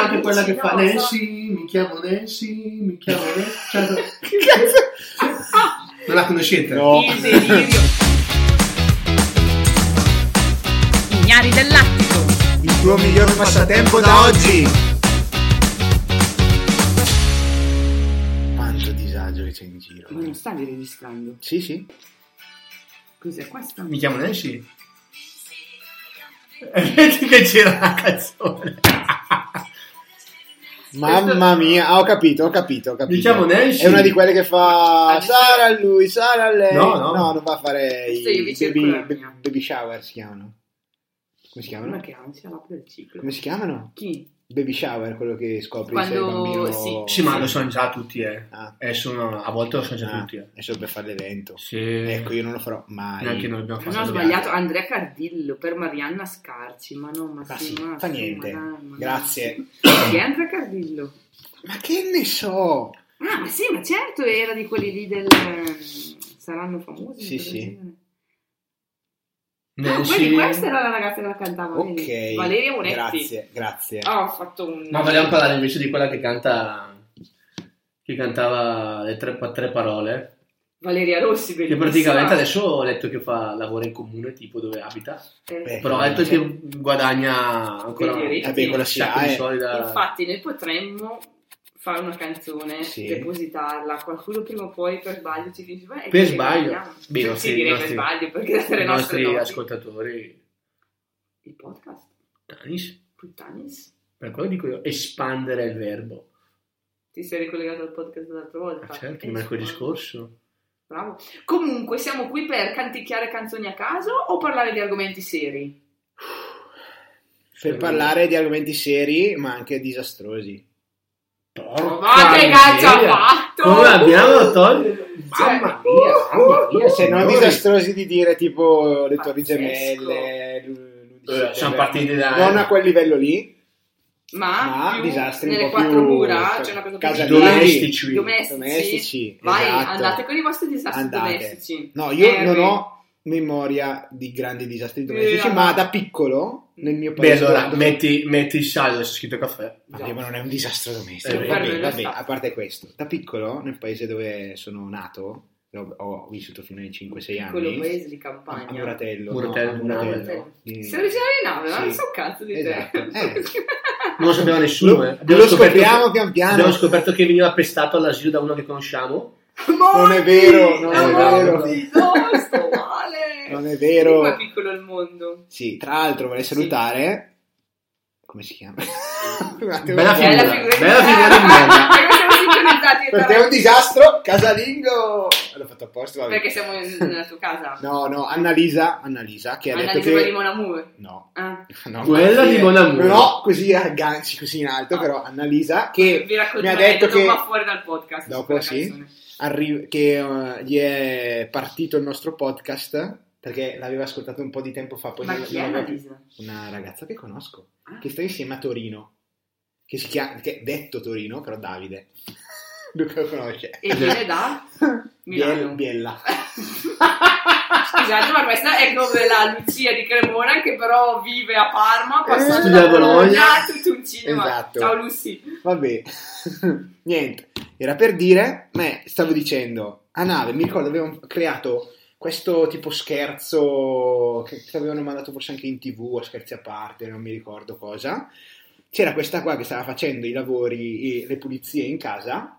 Anche quella che fa Nancy, mi chiamo Nancy, mi chiamo Nancy. Cioè, no. non la conoscete? No. Il delirio. Ignari dell'attico. Il tuo miglior passatempo da oggi. Quanto disagio che c'è in giro. Ma non stavi registrando. Sì, sì. Cos'è questa? Mi chiamo Nancy? Vedi che c'era la canzone. Mamma mia, ah, ho capito, ho capito, ho capito. Mi Diciamo, chiamo Nancy. È una di quelle che fa Sara a lui, Sara a lei. No, no. non va a fare Sì, i invece baby, quella mia. b- baby shower si chiamano. Come si Ma chiamano? che ansia, l'apro il ciclo. Come si chiamano? Chi? Baby shower, quello che scopri se il Quando- bambino... sì. Sì, ma lo sono già tutti, eh. Ah, Eh, sono- a volte lo sono già ah, tutti, eh. è solo per fare l'evento. Sì. Ecco, io non lo farò mai. Neanche noi abbiamo Non ho fatto. sbagliato, Andrea Cardillo per Marianna Scarci, ma no, ma, Ma sì, Ah, sì, ma fa sì, niente. ma dai, ma Grazie. dai. Chi è Andrea Cardillo? Ma che ne so? Ah, ma sì, ma certo, era di quelli lì del... Saranno famosi. Sì, per sì. esempio. Ah, Nancy- quindi questa era la ragazza che la cantava. Ok. vedi? Valeria Moretti. Grazie, grazie. Ah, ho fatto un... Ma vogliamo parlare invece di quella che canta. Che cantava le tre, tre parole. Valeria Rossi, Che bellissima. praticamente adesso ho letto che fa lavoro in comune, tipo dove abita. Eh, Beh, Però ho letto che guadagna ancora Dei diritti. Vabbè, quella un si sacco ha, di eh. soldi da- Infatti, noi potremmo fare una canzone, Sì. depositarla, qualcuno prima o poi per sbaglio ci finisce. Per "Beh, che sbaglio? regaliamo". Beh, i Sì, nostri- sì, direi i per nostri- sbaglio, perché date le i nostre nostri noti. ascoltatori. Il podcast, Tanis. puttanis. Per quello dico io, espandere il verbo. Ti sei ricollegato al podcast dell'altra volta. Ah, certo, Eh, mercoledì sì. scorso. Bravo. Comunque, siamo qui per canticchiare canzoni a caso o parlare di argomenti seri? Per parlare di argomenti seri, ma anche disastrosi. Porca Oh, Ma che cazzo ha miseria! fatto? Uh, Come abbiamo tolto? Cioè, Mamma mia, mamma mia, Se Eh, non signori. disastrosi di dire tipo le torri Pazzesco. gemelle, l- Eh, l'11 siamo settembre. partiti da Non a quel livello lì, Ma, ma più disastri un nelle po' quattro più cioè, mura c'è una cosa casa più domestica. domestici. domestici. domestici. Eh, Vai, esatto. andate con i vostri disastri Andate. domestici. No, io Harry. non ho memoria di grandi disastri domestici, Eh, ma ah. da piccolo nel mio Beh, paese... allora, dove- metti, metti il saldo, c'è scritto caffè. Vabbè, ma non è un disastro Eh, domestico. per vabbè, me lo vabbè, sta. a parte questo, da piccolo, nel paese dove sono nato, ho, ho vissuto fino ai 5-6 Quello anni, Ah, paese di a, a campagna. Muratello. Muratello, no, a Muratello. di- Si avvicina in nave, ma Sì. non so un cazzo di te. Esatto. Eh. Non lo sapeva nessuno. Lo, eh. lo Abbiamo scoperto- scopriamo pian piano. Abbiamo scoperto che veniva pestato all'asilo da uno che conosciamo. Non è vero, non è Amori, No, vero. sto male. Non è Vedi com'è vero. piccolo il mondo. Sì, tra l'altro vorrei salutare... Come si chiama? Un attimo. Bella Cioè, figura. la figura di bella figura di merda. Perché siamo sincronizzati Per te è un disastro, casalingo! L'ho fatto apposta, vabbè. Perché siamo in- nella tua casa. No, no, Annalisa, Annalisa, che ha Anna detto di Giovanni che... Mon Amour. No, Ah, no. Quella di Mon Amour. No, così agganci così in alto, però Annalisa che vi racconto mi ha un detto aneddoto che- qua fuori dal podcast. Dopo, su quella sì. canzone. arri- che eh, gli è partito il nostro podcast perché l'aveva ascoltato un po' di tempo fa. Poi Ma non- chi è non l'aveva- Annalisa? Una ragazza che conosco, Ah. che sta insieme a Torino, che si chiama, che è detto Torino, però Davide. Luca lo conosce. E viene da Milano. Biel- Biella. Scusate, Esatto, ma questa è come la Lucia di Cremona che però vive a Parma, passando studia da a Bologna. Bologna, tutto un cinema. Esatto. Ciao Lucy. Vabbè, niente, era per dire, ma stavo dicendo, a nave, mi ricordo avevano creato questo tipo scherzo che che avevano mandato forse anche in tv, a scherzi a parte, non mi ricordo cosa. C'era questa qua che stava facendo i lavori e le pulizie in casa,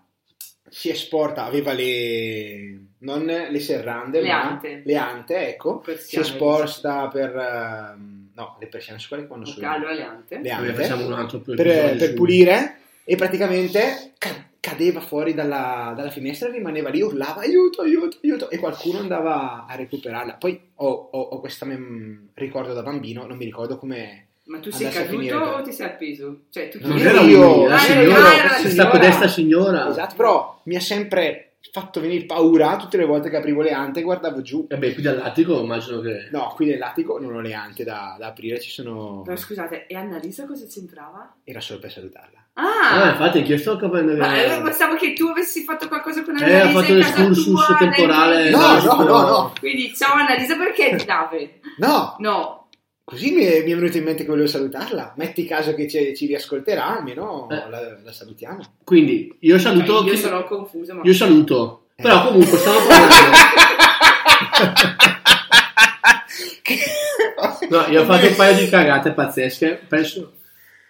si esporta, aveva le... non le serrande, Le ma ante. le ante, ecco, si Persiane, esporta per... ehm, no, le persiane su quelle quando Ok, sono... allora le ante. Le Vabbè, ante facciamo un altro per, eh. per, per pulire e praticamente ca- cadeva fuori dalla, dalla finestra, rimaneva lì, urlava aiuto, aiuto, aiuto e qualcuno andava a recuperarla. Poi ho, ho, ho questo ricordo da bambino, non mi ricordo come Ma tu sei Adesso è finire, caduto dai. o ti sei appeso? Cioè, tu Non Io- era io- un la Ah, era- signora, ah, era la questa signora. podesta signora. Esatto, però mi ha sempre fatto venire paura tutte le volte che aprivo le ante e guardavo giù. Vabbè, qui dall'attico immagino che... No, qui nell'attico non ho le ante da, da aprire, ci sono... No, scusate, e Annalisa cosa c'entrava? Era solo per salutarla. Ah, Ah! infatti, anch'io sto capendo che... ma eh, pensavo che tu avessi fatto qualcosa con Eh, Annalisa ha fatto in un casa excursus tua, temporale. nel- No, no, no, no. Quindi, ciao Annalisa, perché ti lave? No, No, così mi è, mi è venuto in mente che volevo salutarla. Metti caso che ci, ci riascolterà, almeno Eh. la, la salutiamo. Quindi, io saluto... Cioè, io chi- sono confusa, ma... io saluto. Eh. Però comunque stavo parlando... No, Eh, io ho fatto un paio di cagate pazzesche. Penso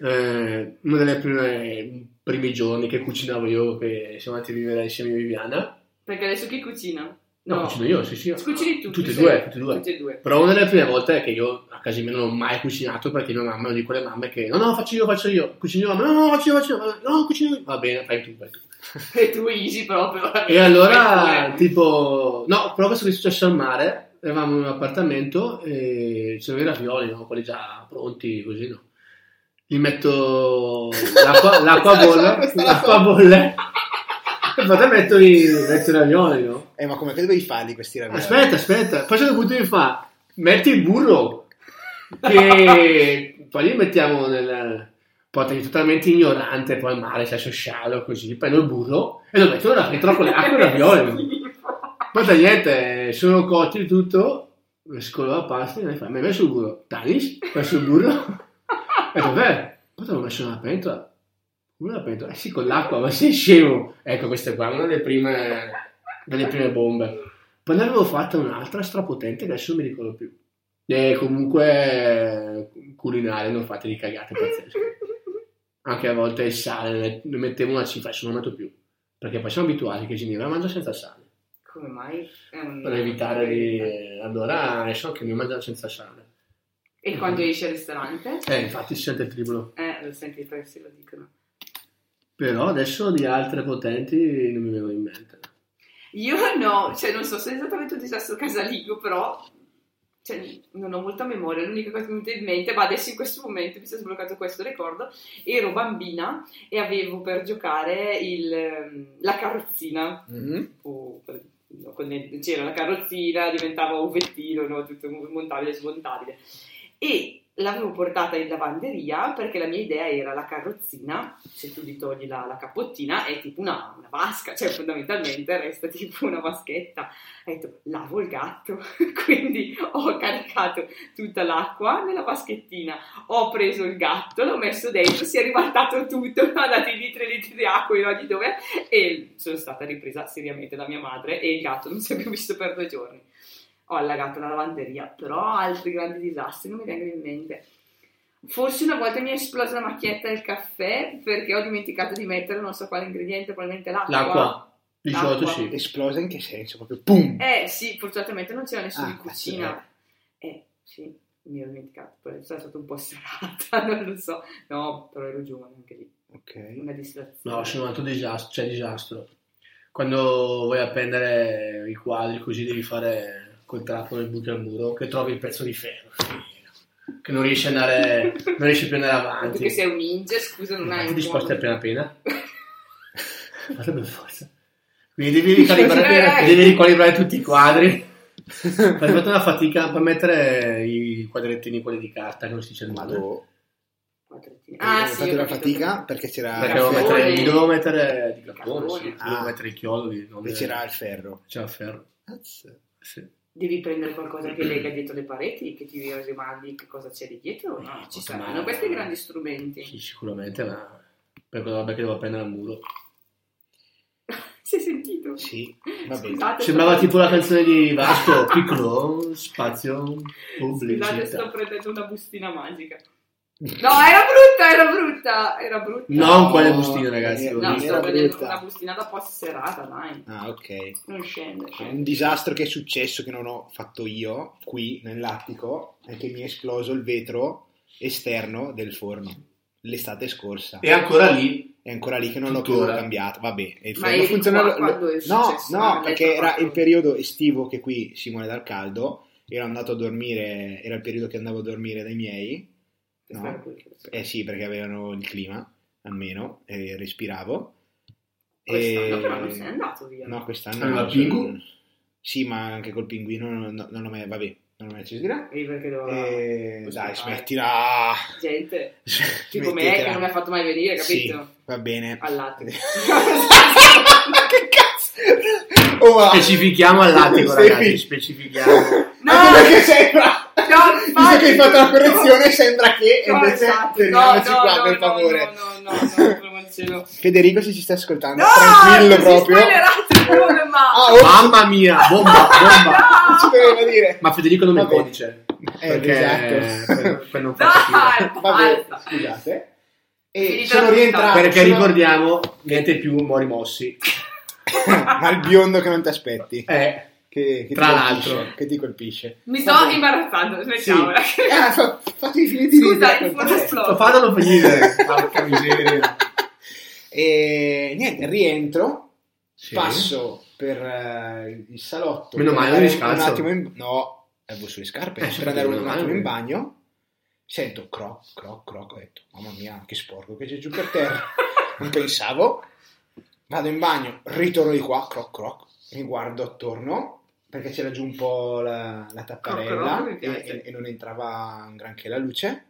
eh, uno dei primi giorni che cucinavo io, che siamo andati a vivere insieme a Viviana. Perché adesso chi cucina? No, cucino io, sì, sì. Cucini tu. Tutte e tu due, sei- tutte e due. Tutte e due. Però una delle prime volte è che io a casa mia non ho mai cucinato perché mia mamma è una di quelle mamme che no, no, faccio io, faccio io, cucino io, no, no, faccio io, faccio io, no, cucino io, va bene, fai tu, fai tu. E tu easy proprio. E allora, tipo, no, però questo che è successo al mare, eravamo in un appartamento e c'erano i ravioli, no? quelli già pronti, così, no? Li metto l'acqua, l'acqua a bolle, Questa la so, questa la l'acqua a bolle, e poi metto i, metto i ravioli, no? Eh, ma come che dovevi farli questi ravioli? Aspetta, aspetta, poi a un certo punto mi fa, metti il burro, che poi li mettiamo nel... Poi totalmente ignorante, poi al mare, c'è scialo, così, prendo il burro e lo metto nella pentola con le acque e i ravioli. no? Poi fa niente, sono cotti e tutto, mescolo la pasta e mi fa, mi hai messo il burro? Tanis? Ho messo il burro? E dov'è? Poi te l'ho messo nella pentola. Come la pentola? Eh sì, con l'acqua, ma sei scemo. Ecco, questa qua è una delle prime, delle prime bombe. Poi ne avevo fatta un'altra strapotente che adesso non mi ricordo più. E comunque culinaria, non fate di cagate pazzesche. Anche a volte il sale, ne mettevo una cifra, adesso non lo metto più. Perché poi siamo abituati che Ginevra mangia senza sale Come mai? È un- per evitare di allora adesso che mi mangiano senza sale E quando esci al ristorante? eh infatti si sente il triplo Eh, lo senti perché se lo dicono. però adesso di altre potenti non mi vengono in mente Io no, cioè non so se è esattamente un disastro casalingo, però cioè, non ho molta memoria, l'unica cosa che mi è venuta in mente, ma adesso in questo momento mi si è sbloccato questo ricordo, ero bambina e avevo per giocare il, ehm, la carrozzina. Mhm. o- no, con le- c'era la carrozzina, diventava un vettino, no? tutto montabile e smontabile. E l'avevo portata in lavanderia perché la mia idea era la carrozzina, se tu gli togli la, la cappottina, è tipo una, una vasca, cioè fondamentalmente resta tipo una vaschetta. Ho detto, lavo il gatto, quindi ho caricato tutta l'acqua nella vaschettina, ho preso il gatto, l'ho messo dentro, si è ribaltato tutto, ho dato i litri e litri di acqua in ogni dove e sono stata ripresa seriamente da mia madre e il gatto non si è più visto per due giorni. Ho allagato la lavanderia, però altri grandi disastri non mi vengono in mente. Forse una volta mi è esplosa la macchietta del caffè perché ho dimenticato di mettere non so quale ingrediente, probabilmente l'acqua. l'acqua di L'acqua. solito sì Esplosa in che senso? Proprio pum! Eh sì, fortunatamente non c'era nessuno Ah, in cucina. Eh sì, mi ero dimenticato, poi sono stata un po' serata, non lo so. No, però ero giovane anche lì, Ok. una distrazione. no sono un altro disastro cioè disastro quando vuoi appendere i quadri così devi fare col trappo nel buco al muro che trovi il pezzo di ferro che non riesci a andare non riesci più ad andare Ma Tu avanti Eh, che sei un ninja, scusa, non Ma hai ti un disposti buono- appena appena? Guarda per forza. Quindi devi ricalibrare, Sì, devi ricalibrare tutti i quadri. Ho fatto una fatica per mettere i quadrettini quelli di carta, che non si dice il Ma nome. lo- Quadrettini. Eh, ho Ah, sì, fatto ho una capito. fatica perché c'era Perché il devo ferro, mettere, Cartone. li dovevo mettere di cartone, sì. Cartone. dovevo Ah. mettere i chiodi. Non e c'era il ferro. C'era il ferro. Cazzo. Sì. Devi prendere qualcosa che lega dietro le pareti, che ti rimandi che cosa c'è di dietro. No, ci ma- saranno questi grandi strumenti. Eh, Sì, sicuramente, ma per quella roba che devo appendere al muro. Si è sentito? Sì, va bene. Scusate, Sembrava sto- tipo la canzone di Vasco, piccolo, spazio, Scusate, sto pubblicità. prendendo una bustina magica. No, era brutta, era brutta, era brutta. Non quelle bustine, ragazzi. Eh, No, ho No, visto. sto Era prendendo brutta. una bustina da post serata, dai. Ah, ok. Non scende, C'è scende. un disastro che è successo che non ho fatto io qui nell'attico è che mi è esploso il vetro esterno del forno l'estate scorsa. E ancora lì È ancora lì che non l'ho più Tuttora. cambiato. Vabbè, e il Ma forno eri funziona- qua quando è No, successo? no, L'hai perché era trovato? il periodo estivo che qui si muore dal caldo. Ero andato a dormire, era il periodo che andavo a dormire dai miei per No. fare quello che Eh sì, perché avevano il clima, almeno, e respiravo. Quest'anno però non sei andato via. No, quest'anno... Aveva non il so- pingu? Sì, ma anche col pinguino no- no- non l'ho mai... Vabbè, non l'ho mai deciso di là. E perché doveva... Eh, questo dai, fare. smettila! Gente, tipo me Smettetela. che non mi ha fatto mai venire, Sì, capito? va bene. Al latte. Ma che cazzo? Oh, va. Specifichiamo all'attico, Sì. ragazzi, specifichiamo. No! Anche perché sembra... No, Visto che hai fatto la correzione, sembra che... e No, invece esatto. fermiamoci No, no, eh, qua, no, per no, favore. No, no, no, no, come al cielo. Federico, se ci sta ascoltando, No, tranquillo così proprio. spoilerato come ma. Ah, oh, Mamma mia, bomba, bomba. non ci dovevo dire. Ma Federico non mi il Vabbè. codice. Eh, perché esatto. per- per non farci Dai, dire. Vabbè, basta. scusate. E Finita la sono puntata. rientrato. Perché sono- ricordiamo, niente più Mori Mossi. Ma il biondo che non ti aspetti. Eh, Che, che Tra ti l'altro. colpisce, Che ti colpisce. Mi Va sto bene. imbarazzando, smettiamo. ragazzi. Ah, fa- fatti finire di Scusa, dire, il per fondo favore. esplode. fatelo finire. Porca miseria. E niente, rientro. Sì. Passo per eh, il salotto. Meno per male, andare non un scalzo. attimo in... No, avevo sulle scarpe. Eh, per andare meno un attimo male. in bagno. Sento croc, croc, croc. Ho detto, mamma mia, che sporco che c'è giù per terra. non pensavo. Vado in bagno, ritorno di qua, croc, croc. Mi guardo attorno perché c'era giù un po' la, la tapparella Croc, croc, mi e, piace. e- e non entrava granché la luce.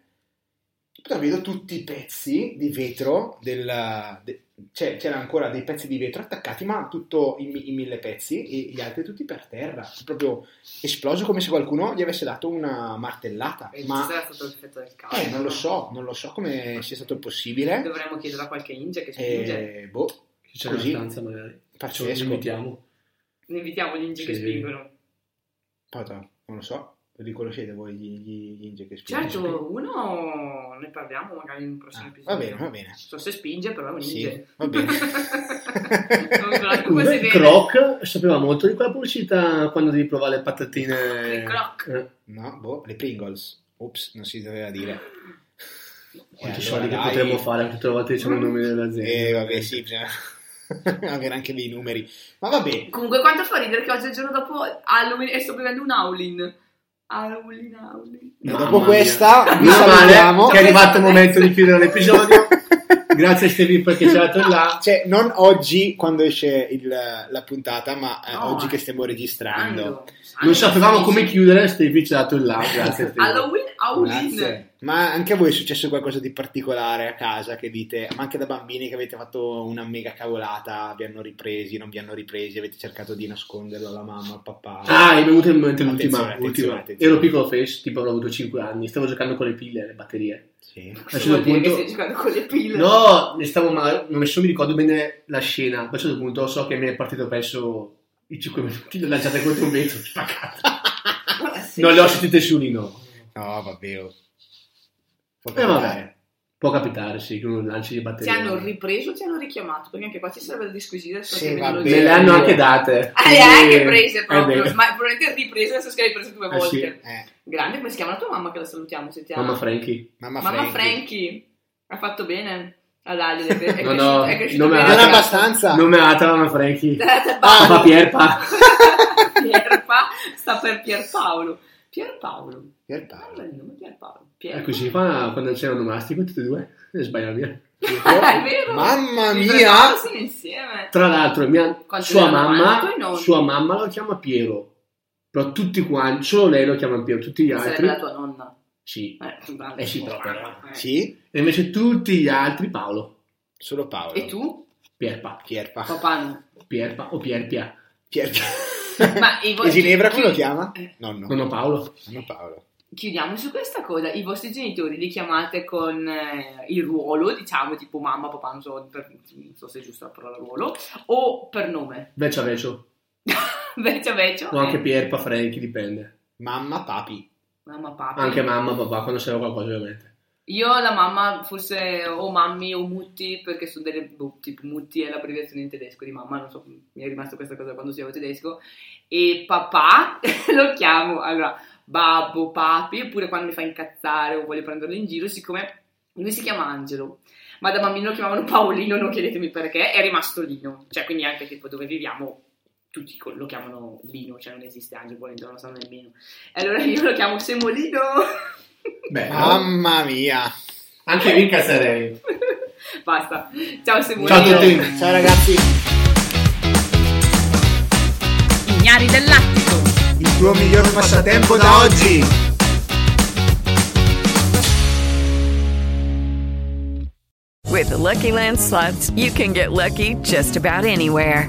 Però vedo tutti i pezzi di vetro, del, de- c'è- c'era ancora dei pezzi di vetro attaccati, ma tutto in, mi- in mille pezzi e gli altri tutti per terra. Proprio esploso come se qualcuno gli avesse dato una martellata. Eh, Ma ci sarà stato l'effetto del caso. eh, non lo so, non lo so come sia stato possibile. Dovremmo chiedere a qualche ninja che ci spinge. Eh, boh, C'è una Così. stanza magari. Ci pazzesco. invitiamo. Ne invitiamo gli ninja che Sì. spingono. Pata, non lo so, li conoscete voi gli, gli, gli ninja che spingono? Certo, uno ne parliamo magari in un prossimo Ah, episodio. va bene, va bene. So se spinge, però è un ninja. Sì, va bene. Non me la- come si Comunque, vede? Croc sapeva molto di quella pubblicità quando devi provare le patatine. Il Croc. Eh, No, boh, le Pringles. Ops, non si doveva dire. Quanti Eh, soldi che allora, dai. potremmo fare anche tutte le volte che diciamo i nomi dell'azienda. Eh, vabbè, sì, bisogna avere anche dei numeri. Ma vabbè, Comunque, quanto fa ridere che oggi il giorno dopo Halloween e sto bevendo un Howlin. Howlin, Howlin. Mamma dopo mia. questa vi Meno male salutiamo. che è arrivato il momento di chiudere l'episodio. Grazie Stevie perché ci ha dato il là. Cioè, non oggi quando esce il- la puntata, ma eh, No, oggi eh. che stiamo registrando. Non sapevamo come chiudere, Stevie ci ha dato il là. Grazie Stevie. Halloween, Howlin. Grazie. Ma anche a voi è successo qualcosa di particolare a casa che dite, ma anche da bambini che avete fatto una mega cavolata, vi hanno ripresi, non vi hanno ripresi, avete cercato di nasconderlo alla mamma, al papà. Ah, è venuta in mente l'ultima. Attenzione, attenzione, ultima. attenzione. Ero piccolo face, tipo avevo avuto 5 anni, stavo giocando con le pile, le batterie. Sì. A un Vuol certo dire che punto- stai giocando con le pille. No, ne stavo male, non mi, so- mi ricordo bene la scena. A un certo punto so che mi è partito perso i 5 minuti, l'ho lanciata contro un vetro, spaccato. Ah, Sì. Non le ho sentite su di no. No, vabbè. oh. Può E capitare. Eh, vabbè, può capitare, sì, che uno lanci le Ci batterie. hanno ripreso, ci hanno richiamato, perché anche qua ci sarebbe da disquisire sulla Sì, eh, terminologia. Me le hanno anche date. Ah, le ha anche prese Eh, proprio, beh. ma probabilmente riprese, adesso che le hai prese due Eh, sì. volte. Eh, Grande, come si chiama la tua mamma che la salutiamo? Sentiamo. Mamma Frankie. mamma, Mamma Frankie. Frankie. Ha fatto bene a dargli, è cre- è No, cresciuto, no, è cresciuto non me bene. la- Non abbastanza. Non me la data Mamma Frankie. Eh, Basta. Papà Pierpa. Pierpa sta per Pierpaolo. Pierpaolo. Pierpaolo. Guarda il nome Pierpaolo. Pier- È così fa quando c'erano mastico tutti e due. E sbaglia via. Eh, È vero. Mamma Il mia. Pierpaolo sono insieme. Tra l'altro, mia- Quanti sua, ne hanno mandato i mamma, nonni? sua mamma lo chiama Piero. Però tutti quanti, solo lei lo chiama Piero, tutti gli Sarebbe altri. la tua nonna. Sì. Eh, tu guarda. Eh sì, però, però. Eh. Sì, E invece tutti gli altri Paolo. solo Paolo. E tu? Pierpa. Pierpa. Papà no. Pierpa o Pierpia. Pierpa. Ma i vostri- e Ginevra come lo chiama? Eh. Nonno. Non ho Paolo. Nonno Paolo. Chiudiamo su questa cosa, i vostri genitori li chiamate con eh, il ruolo, diciamo tipo mamma, papà, non so, per- non so se è giusta la parola ruolo, o per nome, Veccia veccio. vecchio vecchio, Eh, O anche Pierpa, Frankie, dipende. Mamma Papi. mamma, papà. Anche mamma, papà, quando serve qualcosa ovviamente. Io la mamma forse o mammi o mutti perché sono delle boh, tipo mutti è l'abbreviazione in tedesco di mamma, non so, mi è rimasta questa cosa quando studiavo tedesco e papà lo chiamo allora babbo, papi, oppure quando mi fa incazzare o voglio prenderlo in giro, siccome lui si chiama Angelo, ma da bambino lo chiamavano Paolino, non chiedetemi perché, è rimasto Lino, cioè quindi anche tipo dove viviamo tutti co- lo chiamano Lino, cioè non esiste Angelo, volendo non lo sanno nemmeno. E allora io lo chiamo Semolino. Eh. Beh, Mamma mia. anche io incazzerei. Basta. Ciao Simone. Ciao a tutti. Ciao ragazzi, Ignari dell'attico. il tuo miglior passatempo da oggi. With the Lucky Land slots, you can get lucky just about anywhere.